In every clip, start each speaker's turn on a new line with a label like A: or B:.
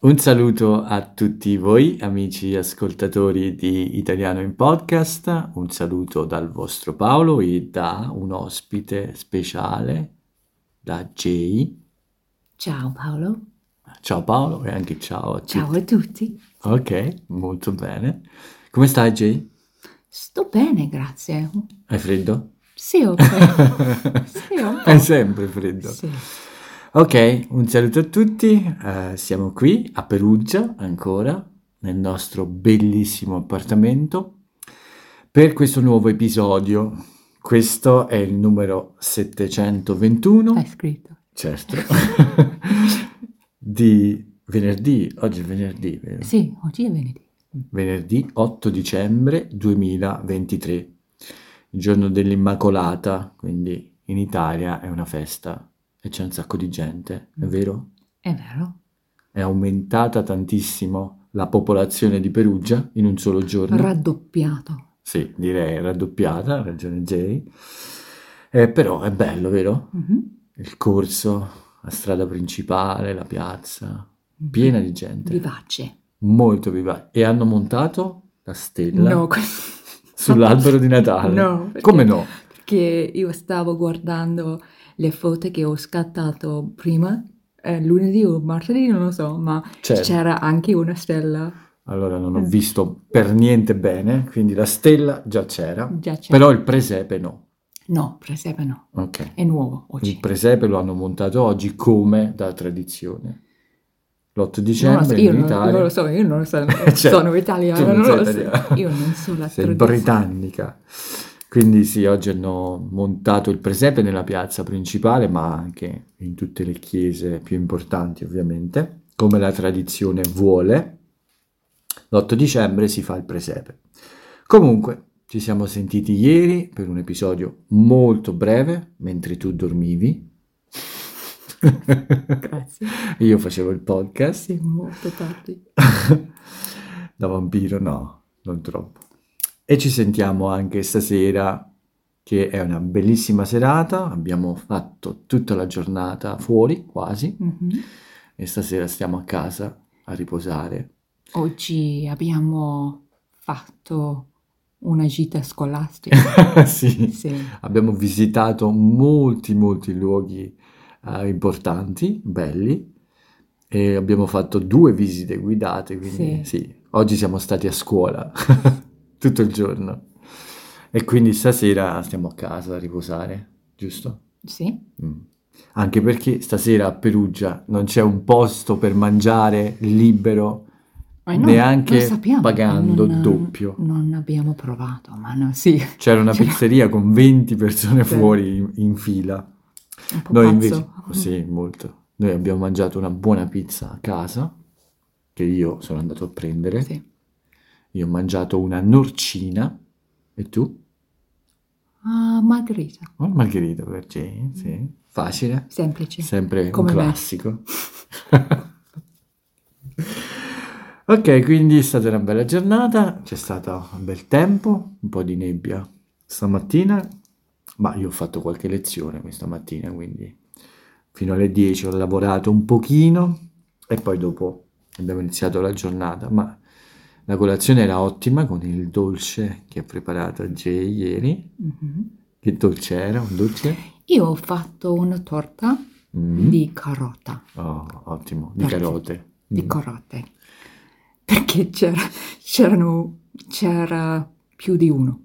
A: Un saluto a tutti voi, amici ascoltatori di Italiano in Podcast. Un saluto dal vostro Paolo e da un ospite speciale, da Jay.
B: Ciao Paolo,
A: Ciao Paolo e anche ciao a tutti.
B: ciao a tutti.
A: Ok, molto bene. Come stai, Jay?
B: Sto bene, grazie.
A: Hai freddo?
B: Sì, ok. Sì, un po'.
A: È sempre freddo.
B: Sì.
A: Ok, un saluto a tutti, eh, siamo qui a Perugia ancora, nel nostro bellissimo appartamento, per questo nuovo episodio. Questo è il numero 721,
B: Hai scritto.
A: certo, di venerdì, oggi è venerdì, vero?
B: Sì, oggi è venerdì.
A: venerdì 8 dicembre 2023, il giorno dell'Immacolata, quindi in Italia è una festa e c'è un sacco di gente, è
B: Mm.
A: vero?
B: È vero.
A: È aumentata tantissimo la popolazione di Perugia in un solo giorno.
B: Raddoppiato.
A: sì, direi raddoppiata, ha ragione Jay. Eh, però è bello, vero?
B: Mhm.
A: Il corso, la strada principale, la piazza, piena di gente,
B: Vivace.
A: molto vivace. E hanno montato la stella
B: No, questo-
A: sull'albero di Natale.
B: No, perché-
A: Come no?
B: Perché io stavo guardando le foto che ho scattato prima, eh, lunedì o martedì, non lo so, ma
A: C'era.
B: c'era anche una stella.
A: Cioè, Allora non
B: Mm.
A: ho visto per niente bene, quindi la stella già c'era,
B: Già c'era.
A: però il presepe no.
B: No, presepe no.
A: Ok.
B: È nuovo
A: Il
B: oggi.
A: presepe lo hanno montato oggi come da tradizione. L'8
B: Non lo
A: dicembre
B: so, io
A: in
B: non,
A: Italia.
B: non lo so, io non lo so,
A: Cioè,
B: sono
A: tu
B: italiano,
A: non
B: non
A: sei
B: lo so.
A: italiana.
B: Io non so la
A: Sei
B: tradizione.
A: britannica. Quindi sì, oggi hanno montato il presepe nella piazza principale, ma anche in tutte le chiese più importanti, ovviamente, come la tradizione vuole. L'8 dicembre si fa il presepe. Comunque, ci siamo sentiti ieri per un episodio molto breve, mentre tu dormivi.
B: Grazie.
A: Io facevo il podcast.
B: Sì, molto tardi.
A: da vampiro no, non troppo. E ci sentiamo anche stasera, che è una bellissima serata, abbiamo fatto tutta la giornata fuori quasi,
B: Mhm.
A: e stasera stiamo a casa a riposare.
B: Oggi abbiamo fatto una gita scolastica.
A: Sì.
B: Sì.
A: Abbiamo visitato molti, molti luoghi eh, importanti, belli, e abbiamo fatto due visite guidate, quindi
B: Sì.
A: sì, oggi siamo stati a scuola tutto il giorno. E quindi stasera stiamo a casa a riposare, giusto?
B: Sì?
A: Mm. Anche perché stasera a Perugia non c'è un posto per mangiare libero,
B: Ma no,
A: neanche
B: lo sappiamo,
A: pagando
B: non-
A: doppio.
B: Non abbiamo provato, ma no, sì, un
A: C'era una
B: C'era-
A: pizzeria con 20 persone
B: Sì.
A: fuori in- in fila.
B: po'
A: Noi
B: pazzo.
A: invece, sì, molto. Noi abbiamo mangiato una buona pizza a casa, che io sono andato a prendere.
B: Sì.
A: Io ho mangiato una norcina, e tu?
B: Ah, Margherita,
A: Una margherita per Jane, sì. Facile,
B: semplice.
A: sempre
B: Come
A: un
B: me.
A: classico. ok, quindi è stata una bella giornata, c'è stato un bel tempo, un po' di nebbia stamattina, ma io ho fatto qualche lezione questa mattina, quindi fino alle 10 ho lavorato un pochino e poi dopo abbiamo iniziato la giornata, ma la colazione era ottima con il dolce che ha preparato Jay ieri.
B: Mhm.
A: Che dolce era? Un dolce?
B: Io ho fatto una torta
A: Mm.
B: di carota.
A: Oh, ottimo, di
B: Grazie.
A: carote.
B: di
A: Mm.
B: corote perché c'era, c'erano, c'era più di uno.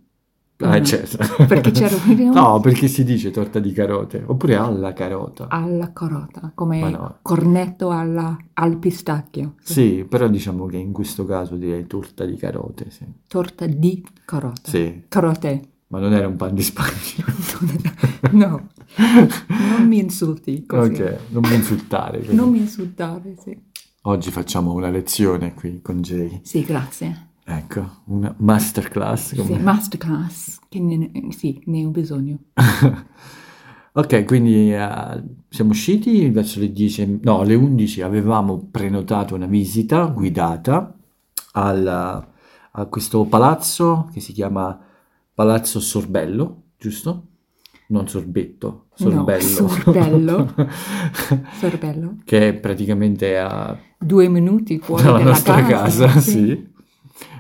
A: Ah,
B: Una-
A: certo.
B: Mm. Perché c'era più di uno
A: No, perché si dice torta di carote, oppure alla carota.
B: alla carota,
A: Ma
B: come
A: no.
B: cornetto alla- al pistacchio.
A: Sì, però diciamo che in questo caso direi torta di carote, sì.
B: Torta di carota.
A: Sì,
B: Carote.
A: ma non era un pan di spagna.
B: No, non mi insulti così.
A: Ok, non mi insultare. quindi.
B: Non mi insultare, sì.
A: Oggi facciamo una lezione qui con Jay.
B: Sì, grazie.
A: Ecco, una masterclass.
B: Sì,
A: come-
B: masterclass, che ne, sì, ne ho bisogno.
A: Ok, quindi eh, siamo usciti verso le 10, no, alle 11 avevamo prenotato una visita guidata al- a questo palazzo che si chiama Palazzo Sorbello, giusto? non sorbetto,
B: No,
A: sorbello.
B: sorbello. Sorbello.
A: che praticamente a
B: Due minuti fuori
A: dalla
B: dalla
A: nostra casa,
B: casa.
A: sì.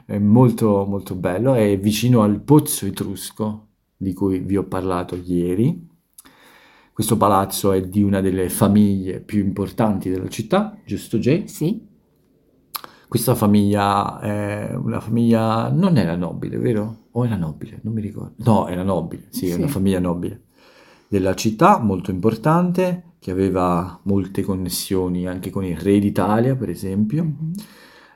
A: È molto molto bello, è vicino al Pozzo Etrusco di cui vi ho parlato ieri. Questo palazzo è di una delle famiglie più importanti della città, giusto Jay?
B: Sì,
A: Questa famiglia è una famiglia non era nobile, vero? O era nobile, non mi ricordo. No, era nobile, sì, è
B: Sì.
A: una famiglia nobile della città, molto importante, che aveva molte connessioni anche con il re d'Italia, per esempio.
B: Mhm.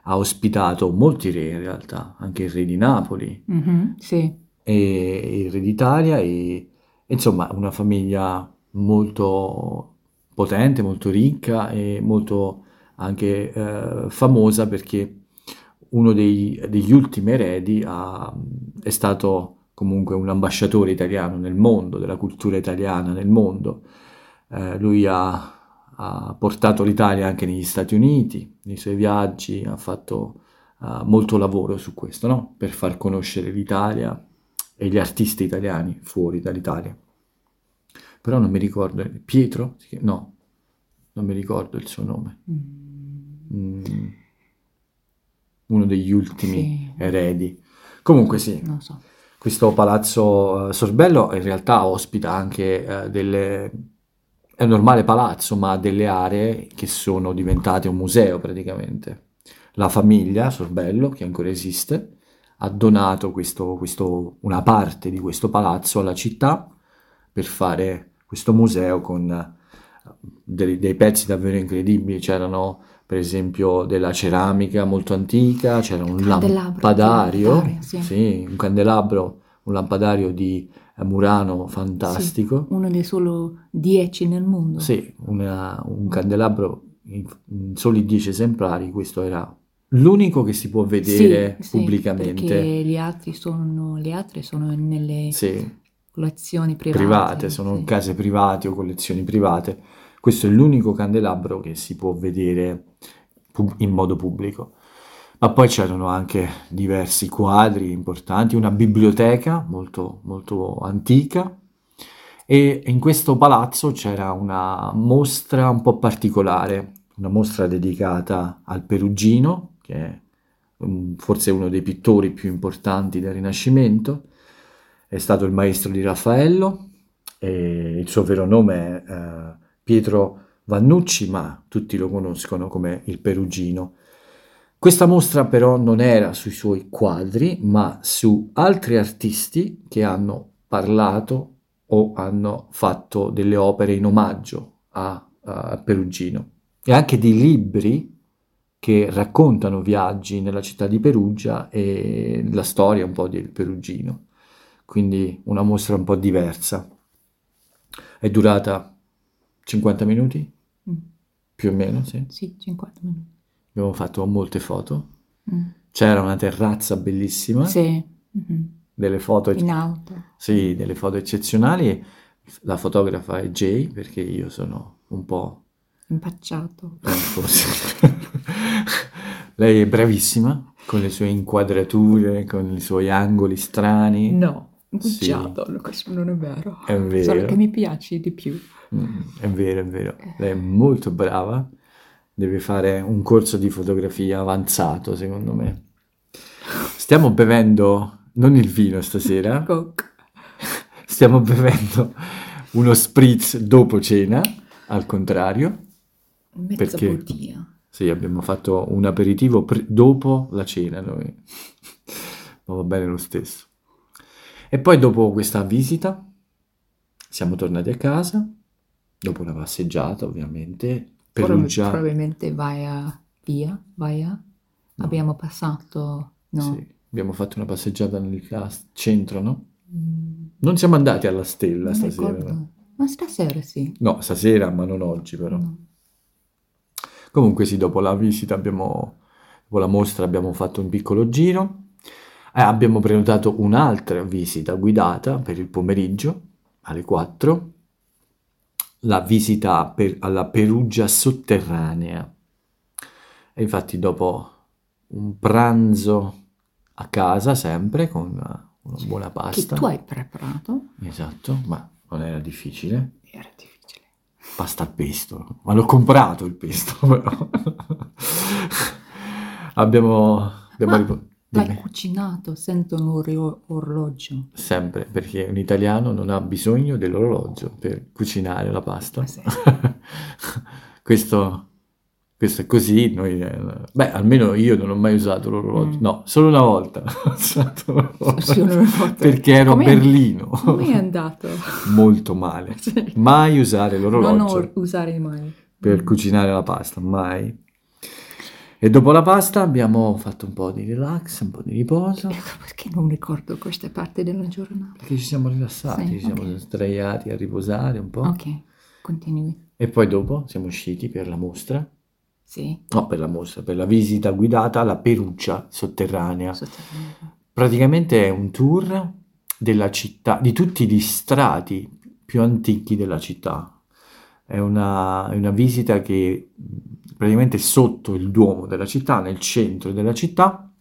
A: Ha ospitato molti re in realtà, anche il re di Napoli
B: Mhm, sì.
A: e il re d'Italia e insomma una famiglia molto potente, molto ricca e molto anche eh, famosa perché uno dei- degli ultimi eredi ha- è stato comunque un ambasciatore italiano nel mondo, della cultura italiana nel mondo. Eh, lui ha, ha portato l'Italia anche negli Stati Uniti, nei suoi viaggi, ha fatto eh, molto lavoro su questo, no? Per far conoscere l'Italia e gli artisti italiani fuori dall'Italia. Però non mi ricordo, Pietro? Si chiama- No, non mi ricordo il suo nome.
B: Mm,
A: Mm. Uno degli ultimi eh,
B: sì,
A: eredi. Comunque sì,
B: non so.
A: questo palazzo eh, Sorbello in realtà ospita anche eh, delle... è un normale palazzo, ma ha delle aree che sono diventate un museo praticamente. La famiglia Sorbello, che ancora esiste, ha donato questo- questo- una parte di questo palazzo alla città per fare questo museo con eh, dei, dei pezzi davvero incredibili. C'erano per esempio della ceramica molto antica, c'era un
B: Candelabro,
A: lampadario,
B: lampadario, sì.
A: sì, un candelabro, un lampadario di eh, Murano fantastico.
B: Uno dei solo dieci nel mondo.
A: Sì, una- un candelabro in, in soli 10 esemplari, questo era l'unico che si può vedere
B: Sì, sì,
A: pubblicamente.
B: perché gli altri sono, le altre sono nelle
A: Sì,
B: collezioni private.
A: private, sono
B: sì.
A: case private o collezioni private. Questo è l'unico candelabro che si può vedere pu- in modo pubblico. Ma poi c'erano anche diversi quadri importanti, una biblioteca molto, molto antica e in questo palazzo c'era una mostra un po' particolare, una mostra dedicata al Perugino, che è mm, forse uno dei pittori più importanti del Rinascimento, è stato il maestro di Raffaello e il suo vero nome è eh, Pietro Vannucci, ma tutti lo conoscono come il Perugino. Questa mostra però non era sui suoi quadri, ma su altri artisti che hanno parlato o hanno fatto delle opere in omaggio a, a Perugino e anche di libri che raccontano viaggi nella città di Perugia e la storia un po' del Perugino. Quindi una mostra un po' diversa. È durata 50 minuti,
B: Mm,
A: più o meno, sì.
B: sì, 50 minuti.
A: Abbiamo fatto molte foto.
B: Mm.
A: C'era una terrazza bellissima,
B: Sì, mhm,
A: delle foto
B: in auto.
A: Sì, delle foto eccezionali. La fotografa è Jay, perché io sono un po'...
B: impacciato.
A: eh, forse. Lei è bravissima, con le sue inquadrature, con i suoi angoli strani.
B: No,
A: Sì.
B: impacciato, questo non è vero.
A: È vero.
B: Solo che mi piaci di più.
A: Mm, È vero, è vero. Lei è molto brava. Deve fare un corso di fotografia avanzato, secondo me. Stiamo bevendo non il vino stasera,
B: Coke.
A: stiamo bevendo uno spritz dopo cena, al contrario.
B: Mezza
A: Perché?
B: bottiglia.
A: Sì, abbiamo fatto un aperitivo pre- dopo la cena noi. Ma va bene lo stesso. E poi dopo questa visita siamo tornati a casa, dopo una passeggiata ovviamente,
B: Prob-
A: Perugia.
B: probabilmente vai a via, vai a...
A: No.
B: Abbiamo passato... No.
A: Sì, abbiamo fatto una passeggiata nel cas- centro, no?
B: Mm,
A: Non siamo andati alla stella
B: non
A: stasera.
B: ricordo.
A: no?
B: Ma stasera sì.
A: No, stasera, ma non oggi però.
B: No.
A: Comunque sì, dopo la visita abbiamo, dopo la mostra abbiamo fatto un piccolo giro, Eh, abbiamo prenotato un'altra visita guidata per il pomeriggio alle 4, la visita per- alla Perugia sotterranea. E infatti dopo un pranzo a casa sempre con eh, una buona
B: che
A: pasta.
B: tu hai preparato.
A: Esatto, ma non era difficile.
B: Era difficile.
A: Pasta al pesto, ma l'ho comprato il pesto però. abbiamo... abbiamo
B: Ma
A: ripo-
B: L'hai
A: Dimmi.
B: cucinato senza un orlo- orologio.
A: Sempre, perché un italiano non ha bisogno dell'orologio per cucinare la pasta.
B: Ma Ah, Eh sì.
A: Questo, questo è così. noi, eh, beh, almeno io non ho mai usato l'orologio.
B: Mm.
A: No, solo una volta ho usato l'orologio.
B: Sì, non l'ho fatto.
A: Perché ero a
B: Com'è-
A: Berlino.
B: Come è andato?
A: Molto male.
B: Sì.
A: Mai usare
B: Non
A: l'orologio
B: or- usare mai.
A: per cucinare la pasta, mai. E dopo la pasta abbiamo fatto un po' di relax, un po' di riposo.
B: Ecco Perché non ricordo questa parte della giornata?
A: Perché ci siamo rilassati,
B: Sì,
A: ci siamo
B: ok.
A: sdraiati a riposare un po'.
B: Ok, continui.
A: E poi dopo siamo usciti per la mostra,
B: Sì,
A: no per la mostra, per la visita guidata alla Perugia sotterranea.
B: sottolineo.
A: Praticamente è un tour della città, di tutti gli strati più antichi della città. È una, è una visita che mh, praticamente sotto il duomo della città, nel centro della città.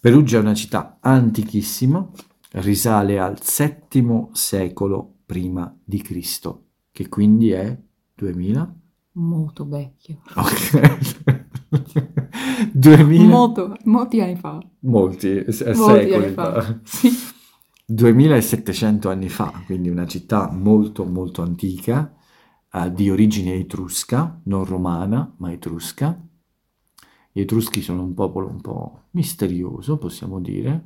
A: Perugia è una città antichissima, risale al VII secolo prima di Cristo, che quindi è 2000.
B: Molto vecchio.
A: Ok. 2000
B: Molto, molti anni fa.
A: molti, s-
B: Molti
A: secoli
B: anni fa.
A: fa.
B: Sì.
A: 2700 anni fa, quindi una città molto molto antica, eh, di origine etrusca, non romana, ma etrusca. Gli etruschi sono un popolo un po' misterioso, possiamo dire.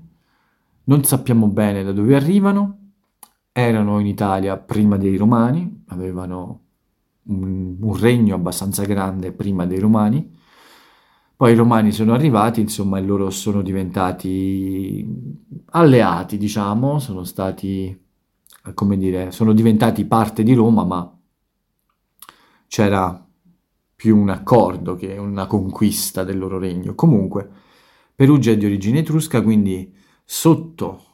A: Non sappiamo bene da dove arrivano. Erano in Italia prima dei romani, avevano un, un regno abbastanza grande prima dei romani. Poi i romani sono arrivati, insomma, e loro sono diventati alleati, diciamo, sono stati, eh, come dire, sono diventati parte di Roma, ma c'era più un accordo che una conquista del loro regno. Comunque, Perugia è di origine etrusca, quindi sotto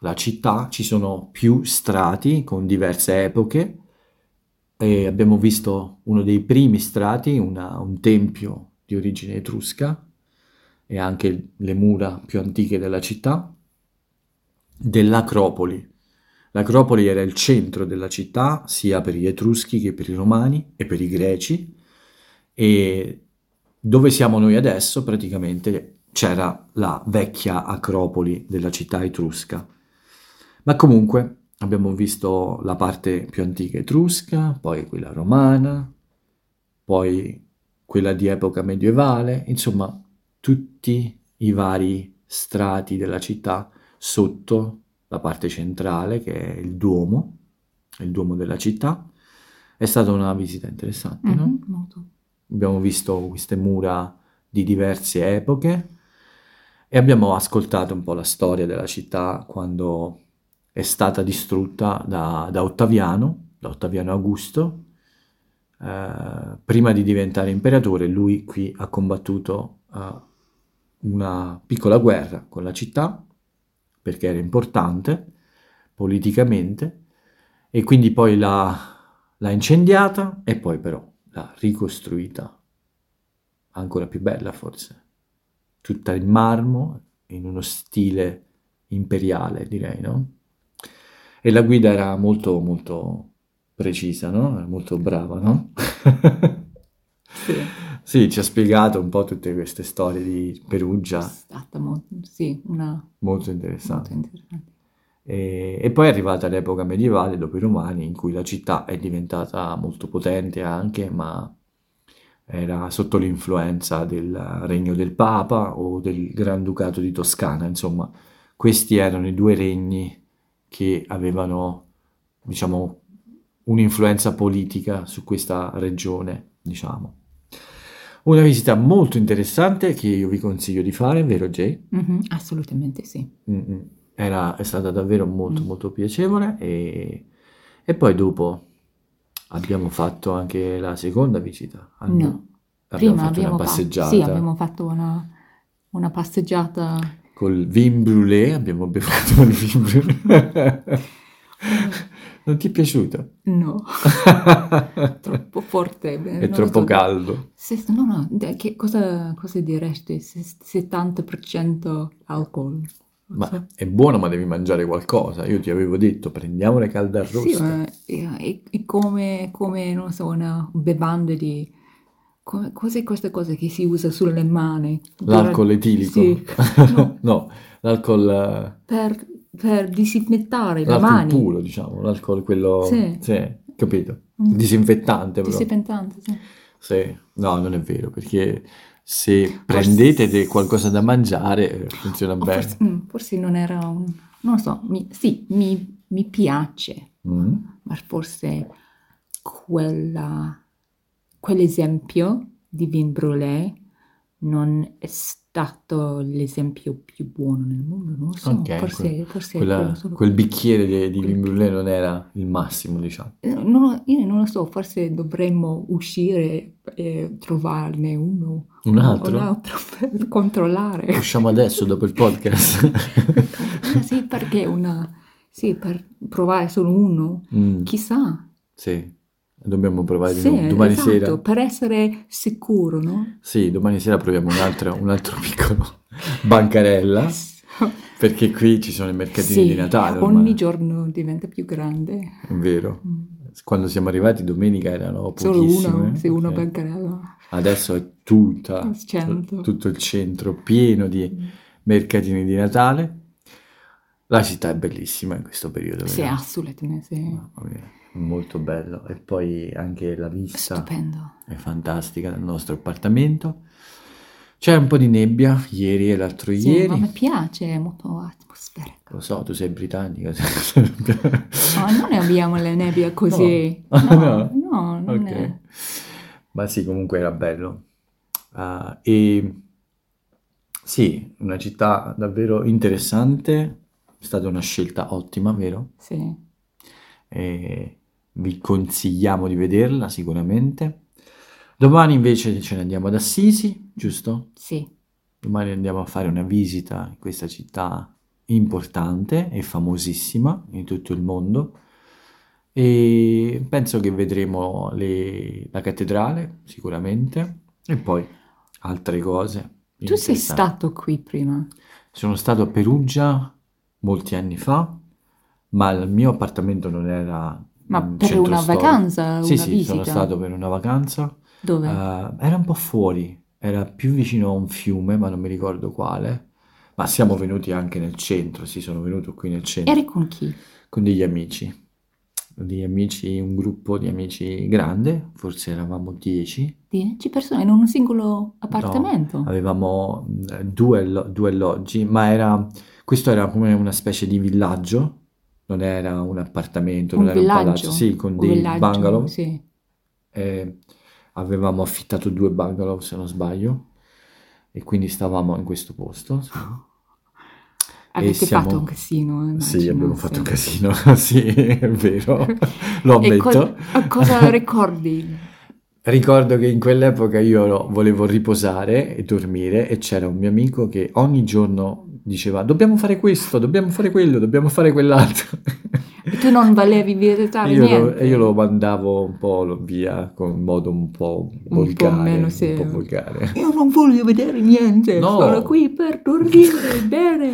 A: la città ci sono più strati con diverse epoche e abbiamo visto uno dei primi strati, una- un tempio di origine etrusca e anche le mura più antiche della città, dell'Acropoli. L'Acropoli era il centro della città sia per gli Etruschi che per i Romani e per i Greci e dove siamo noi adesso praticamente c'era la vecchia Acropoli della città etrusca. Ma comunque abbiamo visto la parte più antica etrusca, poi quella romana, poi quella di epoca medievale, insomma tutti i vari strati della città sotto la parte centrale che è il Duomo, il Duomo della città. È stata una visita interessante, no?
B: Mhm, Molto.
A: Abbiamo visto queste mura di diverse epoche e abbiamo ascoltato un po' la storia della città quando è stata distrutta da, da Ottaviano, da Ottaviano Augusto. Eh, prima di diventare imperatore, lui qui ha combattuto eh, una piccola guerra con la città perché era importante politicamente e quindi poi l'ha, l'ha incendiata e poi però l'ha ricostruita ancora più bella forse, tutta in marmo, in uno stile imperiale direi, no? E la guida era molto molto precisa, no? Era molto brava, no?
B: Sì.
A: Sì, ci ha spiegato un po' tutte queste storie di
B: È
A: Perugia,
B: stata molto, sì, una
A: molto
B: molto
A: interessante.
B: interessante.
A: E, e poi è arrivata l'epoca medievale dopo i Romani, in cui la città è diventata molto potente anche, ma era sotto l'influenza del regno del Papa o del Granducato di Toscana, insomma, questi erano i due regni che avevano, diciamo, un'influenza politica su questa regione, diciamo. Una visita molto interessante che io vi consiglio di fare, vero Jay?
B: Mhm, assolutamente sì.
A: Mm, Era, è stata davvero molto
B: Mm.
A: molto piacevole e, e poi dopo abbiamo fatto anche la seconda visita. al-
B: No.
A: Abbiamo
B: Prima
A: fatto
B: abbiamo
A: una
B: fa-
A: passeggiata
B: sì, abbiamo fatto una, una passeggiata.
A: col vin brûlé, abbiamo bevuto il vin brûlé. Non ti è piaciuto?
B: No, troppo forte. eh, non
A: È
B: lo
A: troppo
B: so.
A: caldo.
B: Se- no, no, de- che cosa, cosa diresti? Se- 70% alcol.
A: Ma
B: so.
A: è buono, ma devi mangiare qualcosa. Io ti avevo detto, prendiamo le calde
B: Sì,
A: arroste.
B: ma è, è- è come, come, non so, una bevanda di... Come, cos'è questa cosa che si usa sulle mani?
A: L'alcol etilico.
B: Sì. No,
A: No, l'alcol, eh,
B: per, per disinfettare le
A: l'alcol
B: mani.
A: puro, diciamo, l'alcol quello...
B: Sì.
A: capito?
B: Mm.
A: Disinfettante però.
B: Disinfettante, sì.
A: Sì. No, non è vero, perché se prendete de- qualcosa da mangiare eh, funziona
B: O
A: bene.
B: forse, mm, forse non era un... Non lo so, mi- sì, mi, mi piace,
A: Mm.
B: ma forse quella, quell'esempio di vin brûlé non è stato l'esempio più buono nel mondo, non lo so,
A: Ok,
B: forse,
A: quel-
B: forse è
A: Quella-
B: quello solo-
A: quel bicchiere di, di
B: quel-
A: vin brûlé non era il massimo, diciamo.
B: Eh, non lo- io non lo so, forse dovremmo uscire e trovarne uno
A: Un
B: o
A: altro?
B: l'altro per controllare.
A: Usciamo adesso dopo il podcast.
B: Ah, sì, perché una... Sì, per provare solo uno,
A: Mm,
B: chissà.
A: sì, dobbiamo provare di
B: Sì,
A: nuovo. Domani
B: esatto,
A: sera.
B: per essere sicuro, no?
A: Sì, domani sera proviamo un altro, un altro piccolo bancarella. Perché qui ci sono i mercatini
B: Sì,
A: di Natale.
B: ogni
A: ormai,
B: giorno diventa più grande.
A: È vero.
B: Mm.
A: Quando siamo arrivati domenica erano
B: Solo uno,
A: pochissime.
B: se uno
A: eh? ok.
B: bancarella.
A: Adesso è tutta,
B: Il centro.
A: tutto il centro pieno di
B: Mm.
A: mercatini di Natale. La città è bellissima in questo periodo,
B: Sì,
A: vero?
B: assolutamente, sì.
A: Mamma mia, Molto bello. E poi anche la vista
B: Stupendo.
A: è fantastica dal nostro appartamento. C'è un po' di nebbia ieri e l'altro
B: Sì,
A: ieri.
B: ma mi piace, è molto atmosferico.
A: Lo so, tu sei britannica.
B: No, non abbiamo la nebbia così.
A: No.
B: No,
A: No.
B: no, non
A: Ok.
B: è...
A: Ma sì, comunque era bello. Ah, e sì, una città davvero interessante. È stata una scelta ottima, vero?
B: Sì.
A: E vi consigliamo di vederla sicuramente. Domani invece ce ne andiamo ad Assisi, giusto?
B: Sì,
A: Domani andiamo a fare una visita in questa città importante e famosissima in tutto il mondo. E penso che vedremo le- la cattedrale sicuramente e poi altre cose.
B: tu sei
A: interessanti.
B: stato qui prima.
A: Sono stato a Perugia molti anni fa, ma il mio appartamento non era
B: Ma
A: mm,
B: per
A: centro
B: una
A: storico.
B: vacanza,
A: Sì,
B: una
A: sì,
B: visita?
A: sono stato per una vacanza.
B: Dove?
A: Eh, era un po' fuori, era più vicino a un fiume, ma non mi ricordo quale. Ma siamo venuti anche nel centro, sì, sono venuto qui nel centro
B: Eri con chi?
A: con degli amici. Con degli amici, un gruppo di amici grande, forse eravamo 10.
B: 10 persone in un singolo appartamento.
A: Avevamo mh, due, allo- due alloggi, ma era, questo era come una specie di villaggio, non era un appartamento,
B: un
A: non era un
B: villaggio.
A: palazzo, sì, con
B: un
A: dei
B: villaggio,
A: bungalow.
B: Sì.
A: e avevamo affittato due bungalow se non sbaglio e quindi stavamo in questo posto sì.
B: Avete
A: siamo-
B: fatto un casino, eh,
A: Sì,
B: Oh, immagino,
A: abbiamo
B: sì.
A: fatto un casino sì è vero lo
B: E
A: ammetto
B: co- a cosa ricordi?
A: ricordo che in quell'epoca io ero- volevo riposare e dormire e c'era un mio amico che ogni giorno diceva dobbiamo fare questo dobbiamo fare quello dobbiamo fare quell'altro
B: E tu non volevi visitare
A: Io lo,
B: niente?
A: e io lo mandavo un po' lo- via con in modo un po' volgare,
B: meno
A: un
B: serio.
A: po' volgare.
B: Io non voglio vedere niente,
A: No.
B: sono qui per dormire bene.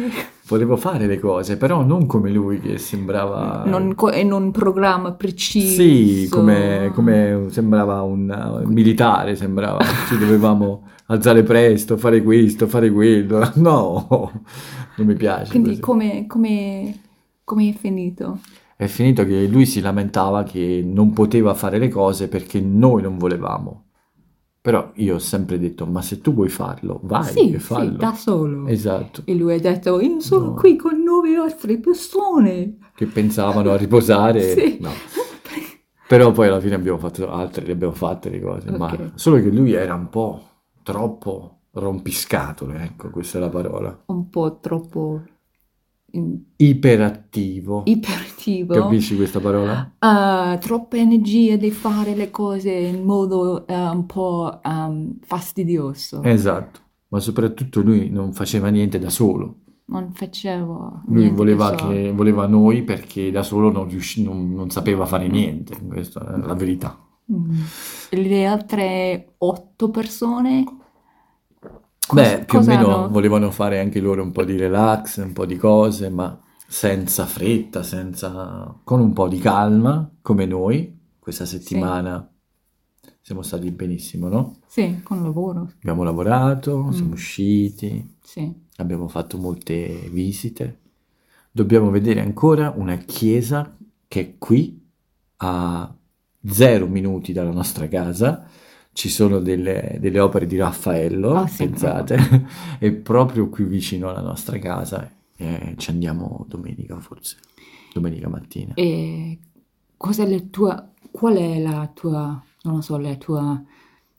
A: Volevo fare le cose, però non come lui che sembrava...
B: Non, co- in un programma preciso.
A: Sì, come, come sembrava un uh, militare, sembrava. Ci dovevamo alzare presto, fare questo, fare quello. No, non mi piace
B: Quindi
A: così.
B: come, come, come è finito?
A: È finito che lui si lamentava che non poteva fare le cose perché noi non volevamo. Però io ho sempre detto, ma se tu vuoi farlo, vai
B: sì,
A: e fallo.
B: sì, da solo.
A: Esatto,
B: E lui ha detto, io sono
A: No.
B: qui con nove altre persone.
A: che pensavano Ah, a riposare.
B: Sì.
A: No. Però poi alla fine abbiamo fatto altre, le abbiamo fatte le cose,
B: Ok.
A: ma solo che lui era un po' troppo rompiscatole, ecco, questa è la parola.
B: Un po' troppo mm,
A: Iperattivo.
B: iperattivo.
A: Capisci questa parola?
B: Ah, troppa energia di fare le cose in modo eh, un po' ehm, fastidioso.
A: Esatto, ma soprattutto lui non faceva niente da solo.
B: Non facevo
A: Lui
B: niente
A: voleva,
B: di ciò.
A: che- voleva noi perché da solo non, riusci- non- non sapeva fare niente, questa è la verità.
B: Mm. Le altre otto persone Cosa-
A: Beh, più o
B: cosa
A: meno
B: hanno-
A: volevano fare anche loro un po' di relax, un po' di cose, ma senza fretta, senza... con un po' di calma, come noi. Questa settimana siamo stati benissimo, no?
B: Sì, con lavoro,
A: Abbiamo lavorato,
B: Mm.
A: siamo usciti,
B: sì.
A: abbiamo fatto molte visite. Dobbiamo vedere ancora una chiesa che è qui a zero minuti dalla nostra casa. Ci sono delle, delle opere di Raffaello,
B: Ah, sì.
A: pensate, e proprio qui vicino alla nostra casa. Eh, ci andiamo domenica forse, domenica mattina.
B: E cosa è la tua, qual è la tua, non lo so, la tua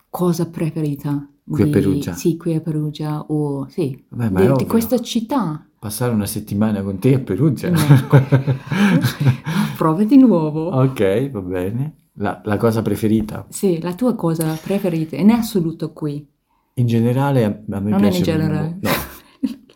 B: cosa preferita?
A: Qui a
B: di-
A: Perugia?
B: Sì, qui a Perugia o sì,
A: Vabbè, ma
B: di,
A: è
B: di
A: ovvio,
B: questa città.
A: passare una settimana con te a Perugia.
B: Ecco. Prova di nuovo.
A: ok, va bene. La- la cosa preferita?
B: Sì, la tua cosa preferita, in assoluto qui,
A: In generale a a me
B: non è
A: piace
B: in generale.
A: mo-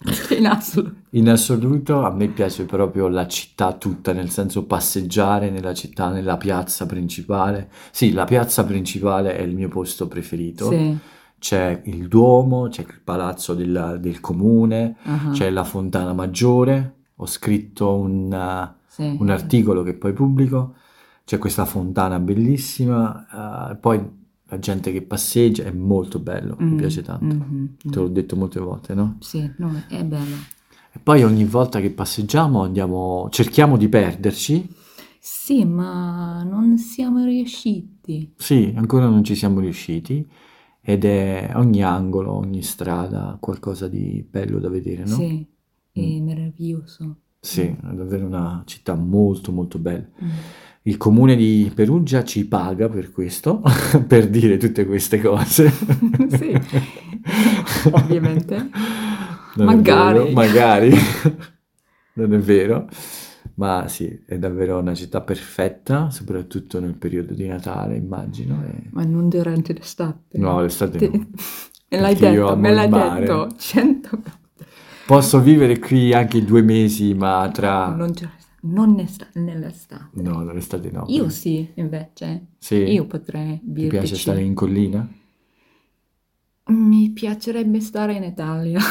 A: no,
B: in assoluto.
A: in assoluto a me piace proprio la città tutta, nel senso passeggiare nella città, nella piazza principale. Sì, la piazza principale è il mio posto preferito.
B: Sì.
A: C'è il Duomo, c'è il palazzo della- del comune,
B: ah,
A: c'è la Fontana Maggiore. Ho scritto un, uh,
B: uh-huh, sì.
A: un articolo che poi pubblico. C'è questa fontana bellissima, uh, poi la gente che passeggia, è molto bello, mi
B: Mm,
A: piace tanto.
B: mhm,
A: Te l'ho detto molte volte, no?
B: Sì, no, è bello.
A: E poi ogni volta che passeggiamo andiamo, cerchiamo di perderci.
B: Sì, ma non siamo riusciti.
A: Sì, ancora non ci siamo riusciti. Ed è ogni angolo, ogni strada, qualcosa di bello da vedere, Eh, no? Mm.
B: Sì, è meraviglioso.
A: Sì, è davvero una città molto molto bella.
B: Mm.
A: Il comune di Perugia ci paga per questo, per dire tutte queste cose.
B: Sì, ovviamente.
A: Non è
B: Magari.
A: vero, magari. Non è vero. Ma sì, è davvero una città perfetta, soprattutto nel periodo di Natale, immagino. e-
B: Ma non durante l'estate.
A: No, l'estate
B: Te-
A: no.
B: Me l'hai
A: perché io
B: detto,
A: amo
B: me
A: il
B: l'hai
A: mare.
B: detto. Cento volte.
A: Posso vivere qui anche due mesi, ma tra...
B: Non, c'è- non è sta- nell'estate.
A: No, no, l'estate no.
B: Io sì, invece.
A: Sì?
B: Io potrei
A: Ti
B: dirti
A: piace
B: sì.
A: stare in collina?
B: Mi piacerebbe stare in Italia.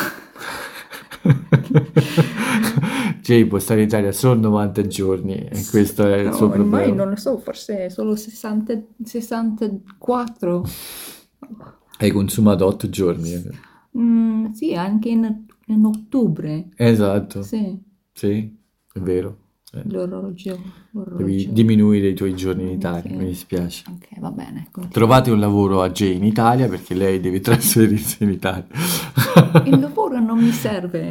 A: Jay può stare in Italia solo 90 giorni e questo è il
B: No,
A: suo problema.
B: ormai non lo so, forse solo 60 64.
A: Hai consumato 8 giorni. eh.
B: Mm, sì, anche in, in ottobre.
A: Esatto, sì,
B: Sì,
A: è vero. Eh,
B: l'orologio.
A: Devi
B: l'orologio.
A: diminuire i tuoi giorni in Italia,
B: Sì.
A: mi dispiace.
B: Ok, va bene. continua.
A: Trovate un lavoro a Jay in Italia perché lei deve trasferirsi in Italia.
B: Il lavoro non mi serve.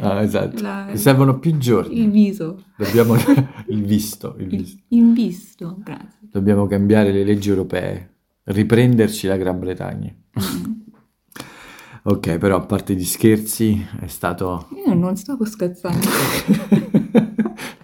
A: Ah, esatto.
B: La-
A: Mi servono più giorni.
B: il viso.
A: Dobbiamo... il visto, il visto.
B: Il, in visto. Grazie.
A: Dobbiamo cambiare le leggi europee, riprenderci la Gran Bretagna.
B: Mm.
A: Ok, però a parte gli scherzi, è stato...
B: Io non stavo scherzando.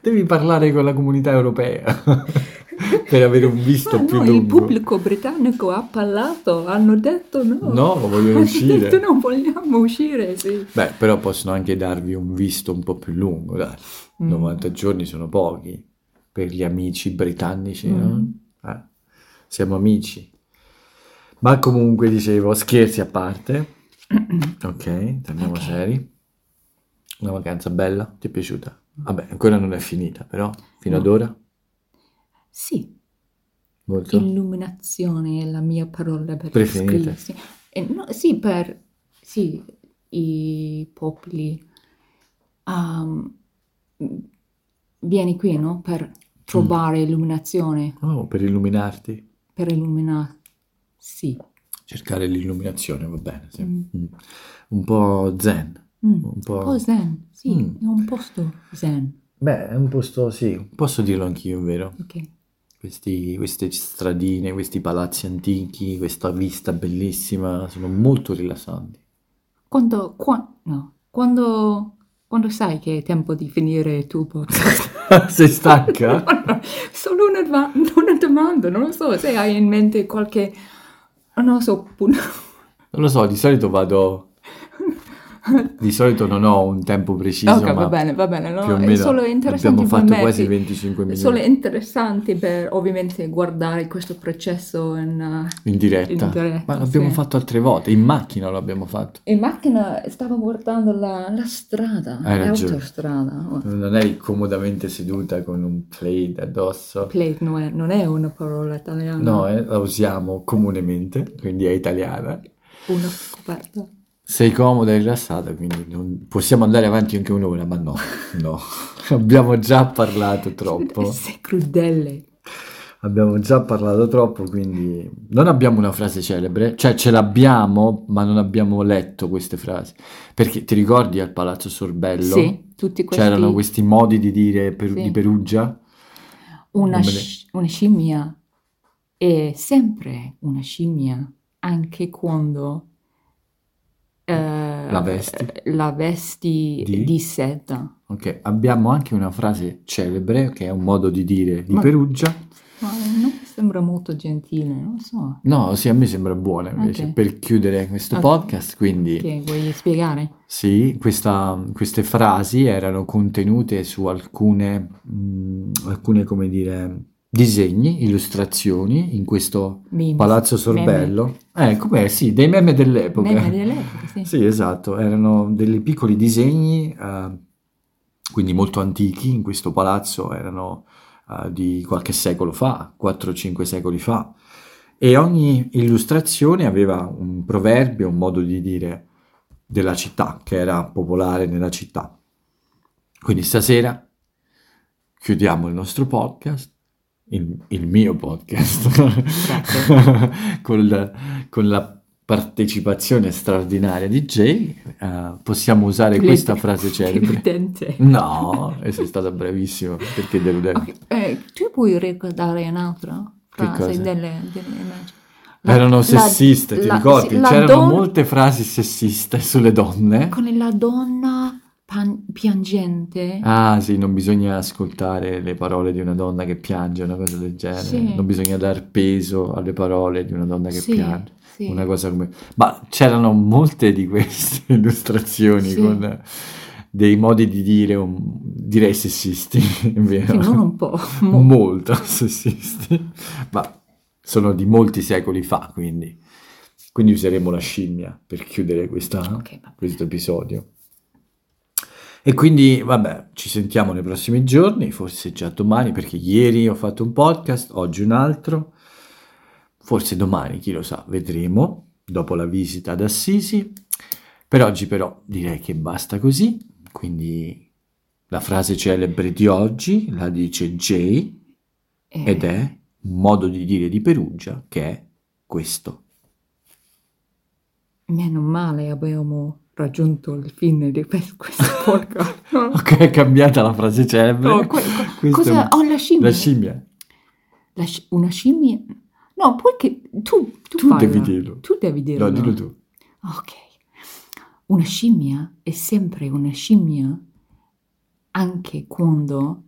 A: Devi parlare con la comunità europea per avere un visto
B: Ma
A: più
B: no, il
A: lungo.
B: pubblico britannico ha parlato, hanno detto no. certo
A: No, vogliono
B: Hanno
A: uscire.
B: detto non vogliamo uscire, sì.
A: Beh, però possono anche darvi un visto un po' più lungo, dai.
B: Mm.
A: 90 giorni sono pochi per gli amici britannici,
B: Mm.
A: no? Eh, siamo amici. Ma comunque, dicevo, scherzi a parte. Ok, torniamo
B: Ok.
A: seri. Una vacanza bella, ti è piaciuta? Vabbè, ancora non è finita, però fino
B: No.
A: ad ora
B: Sì,
A: molto.
B: illuminazione è la mia parola per
A: Preferita.
B: descriversi. Eh, no, sì, per sì, i popoli. ehm, vieni qui, no? Per
A: Mm.
B: trovare illuminazione,
A: Oh, per illuminarti.
B: per illuminare. Sì.
A: Cercare l'illuminazione, va bene, sì.
B: Mm.
A: Mm. Un po' zen,
B: Mm.
A: un
B: Un
A: po'...
B: po' zen, sì,
A: Mm.
B: è un posto zen,
A: Beh, è un posto, sì, posso dirlo anch'io, è vero?
B: ok.
A: Questi- queste stradine, questi palazzi antichi, questa vista bellissima, sono molto rilassanti.
B: Quando, qua- no, quando, quando sai che è tempo di finire il tuo podcast?
A: Sei stanca?
B: Solo una, doma- una domanda, non lo so, se hai in mente qualche, non lo so, pun-
A: Non lo so, di solito vado Di solito non ho un tempo preciso,
B: ok,
A: ma
B: va bene, va bene. No?
A: più o
B: È
A: meno
B: solo interessante
A: abbiamo fatto
B: per me
A: quasi
B: che-
A: 25 minuti
B: Solo interessante per ovviamente guardare questo processo in, uh,
A: in diretta.
B: in diretta,
A: Ma l'abbiamo
B: sì.
A: fatto altre volte, in macchina l'abbiamo fatto.
B: in macchina, stavo guardando la, la strada,
A: Hai ragione.
B: l'autostrada.
A: Non eri comodamente seduta con un plaid addosso.
B: Plate non è, non è una parola italiana,
A: No, eh, la usiamo comunemente, quindi è italiana.
B: una scoperta.
A: Sei comoda e rilassata, quindi non- possiamo andare avanti anche un'ora, ma no, no. Abbiamo già parlato troppo.
B: Sei crudele.
A: Abbiamo già parlato troppo, quindi non abbiamo una frase celebre, cioè ce l'abbiamo, ma non abbiamo letto queste frasi. Perché ti ricordi al Palazzo Sorbello?
B: Sì, tutti questi...
A: C'erano questi modi di dire per-
B: Sì.
A: di Perugia?
B: Una,
A: Non me ne-
B: sci- una scimmia è sempre una scimmia, anche quando eh,
A: La vesti?
B: la vesti
A: Di?
B: di, seta.
A: Ok, abbiamo anche una frase celebre che è un modo di dire di
B: Ma-
A: Perugia.
B: Ma non mi sembra molto gentile, non so.
A: No, sì, a me sembra buona invece
B: Ok.
A: per chiudere questo
B: Ok.
A: podcast, quindi
B: Che vuoi spiegare?
A: sì, questa- queste frasi erano contenute su alcune, mh, alcune, come dire, disegni, illustrazioni in questo
B: Memes.
A: Palazzo Sorbello. Eh, com'è? Sì, dei meme dell'epoca.
B: Meme dell'epoca, sì.
A: Sì, esatto, erano dei piccoli disegni, eh, quindi molto antichi, in questo palazzo erano eh, di qualche secolo fa, 4-5 secoli fa, e ogni illustrazione aveva un proverbio, un modo di dire della città, che era popolare nella città. Quindi stasera chiudiamo il nostro podcast, il, il mio podcast, col- con la partecipazione straordinaria di Jay, eh, possiamo usare
B: Le-
A: questa frase celebre. Mm.
B: Deludente.
A: No, e sei stata bravissima, perché deludente.
B: Ok, eh, tu puoi ricordare un'altra frase
A: cosa?
B: delle, delle immagini? La-
A: Erano
B: la-
A: sessiste, ti
B: la-
A: ricordi?
B: sì, la
A: C'erano
B: donna-
A: molte frasi sessiste sulle donne.
B: Con la donna pan- piangente.
A: Ah sì, non bisogna ascoltare le parole di una donna che piange, una cosa del genere.
B: Sì.
A: Non bisogna dar peso alle parole di una donna che
B: Sì,
A: piange.
B: sì.
A: Una cosa come... Ma c'erano molte di queste illustrazioni
B: Sì.
A: con dei modi di dire, un- direi sessisti, è vero?
B: Sì, non un po'. mo-
A: molto sessisti, ma sono di molti secoli fa, quindi. Quindi useremo la scimmia per chiudere questa-
B: Ok, va
A: Ah, questo episodio. E quindi, vabbè, ci sentiamo nei prossimi giorni, forse già domani, perché ieri ho fatto un podcast, oggi un altro, forse domani, chi lo sa, vedremo, dopo la visita ad Assisi. Per oggi però direi che basta così, quindi la frase celebre di oggi la dice Jay
B: eh,
A: ed è un modo di dire di Perugia che è questo.
B: Meno male abbiamo raggiunto il fine di que- questo podcast. No,
A: Ok, è cambiata la frase celebre.
B: que- que-
A: Ah, Questo è
B: cosa?
A: un-
B: Oh, la scimmia.
A: La scimmia.
B: La sci- una scimmia? No, poi che... Tu, tu,
A: Tu
B: falla.
A: devi dirlo.
B: Tu devi dirlo.
A: No, dillo tu.
B: Ok. Una scimmia è sempre una scimmia anche quando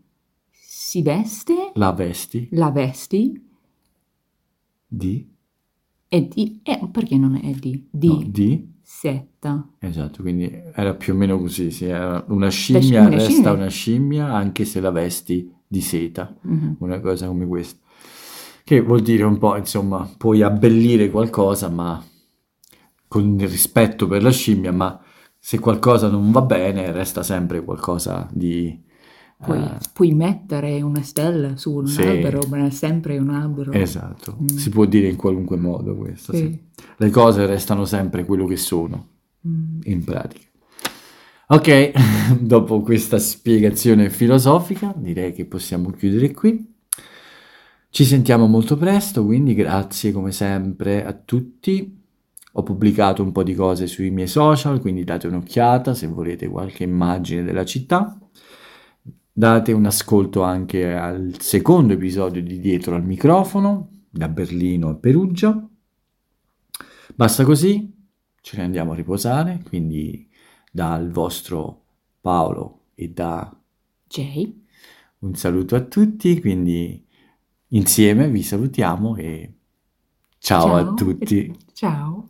B: si veste,
A: La vesti
B: la vesti
A: di...
B: e di... eh, perché non è di? Di
A: no, di...
B: setta.
A: Esatto, quindi era più o meno così, sì, era una scimmia
B: una
A: resta
B: scimmia.
A: una scimmia anche se la vesti di seta,
B: Mhm.
A: una cosa come questa. Che vuol dire un po', insomma, puoi abbellire qualcosa, ma con il rispetto per la scimmia, ma se qualcosa non va bene, resta sempre qualcosa di...
B: Puoi,
A: eh,
B: puoi mettere una stella su un
A: Sì.
B: albero, ma è sempre un albero.
A: esatto,
B: Mm.
A: si può dire in qualunque modo questo.
B: Sì.
A: sì. Le cose restano sempre quello che sono.
B: Mm.
A: in pratica. Ok, dopo questa spiegazione filosofica direi che possiamo chiudere qui. Ci sentiamo molto presto, quindi grazie come sempre a tutti. Ho pubblicato un po' di cose sui miei social, quindi date un'occhiata se volete qualche immagine della città. Date un ascolto anche al secondo episodio di Dietro al microfono, da Berlino a Perugia. Basta così, ce ne andiamo a riposare, quindi dal vostro Paolo e da
B: Jay,
A: un saluto a tutti, quindi insieme vi salutiamo e ciao a
B: ciao.
A: tutti.
B: Ciao.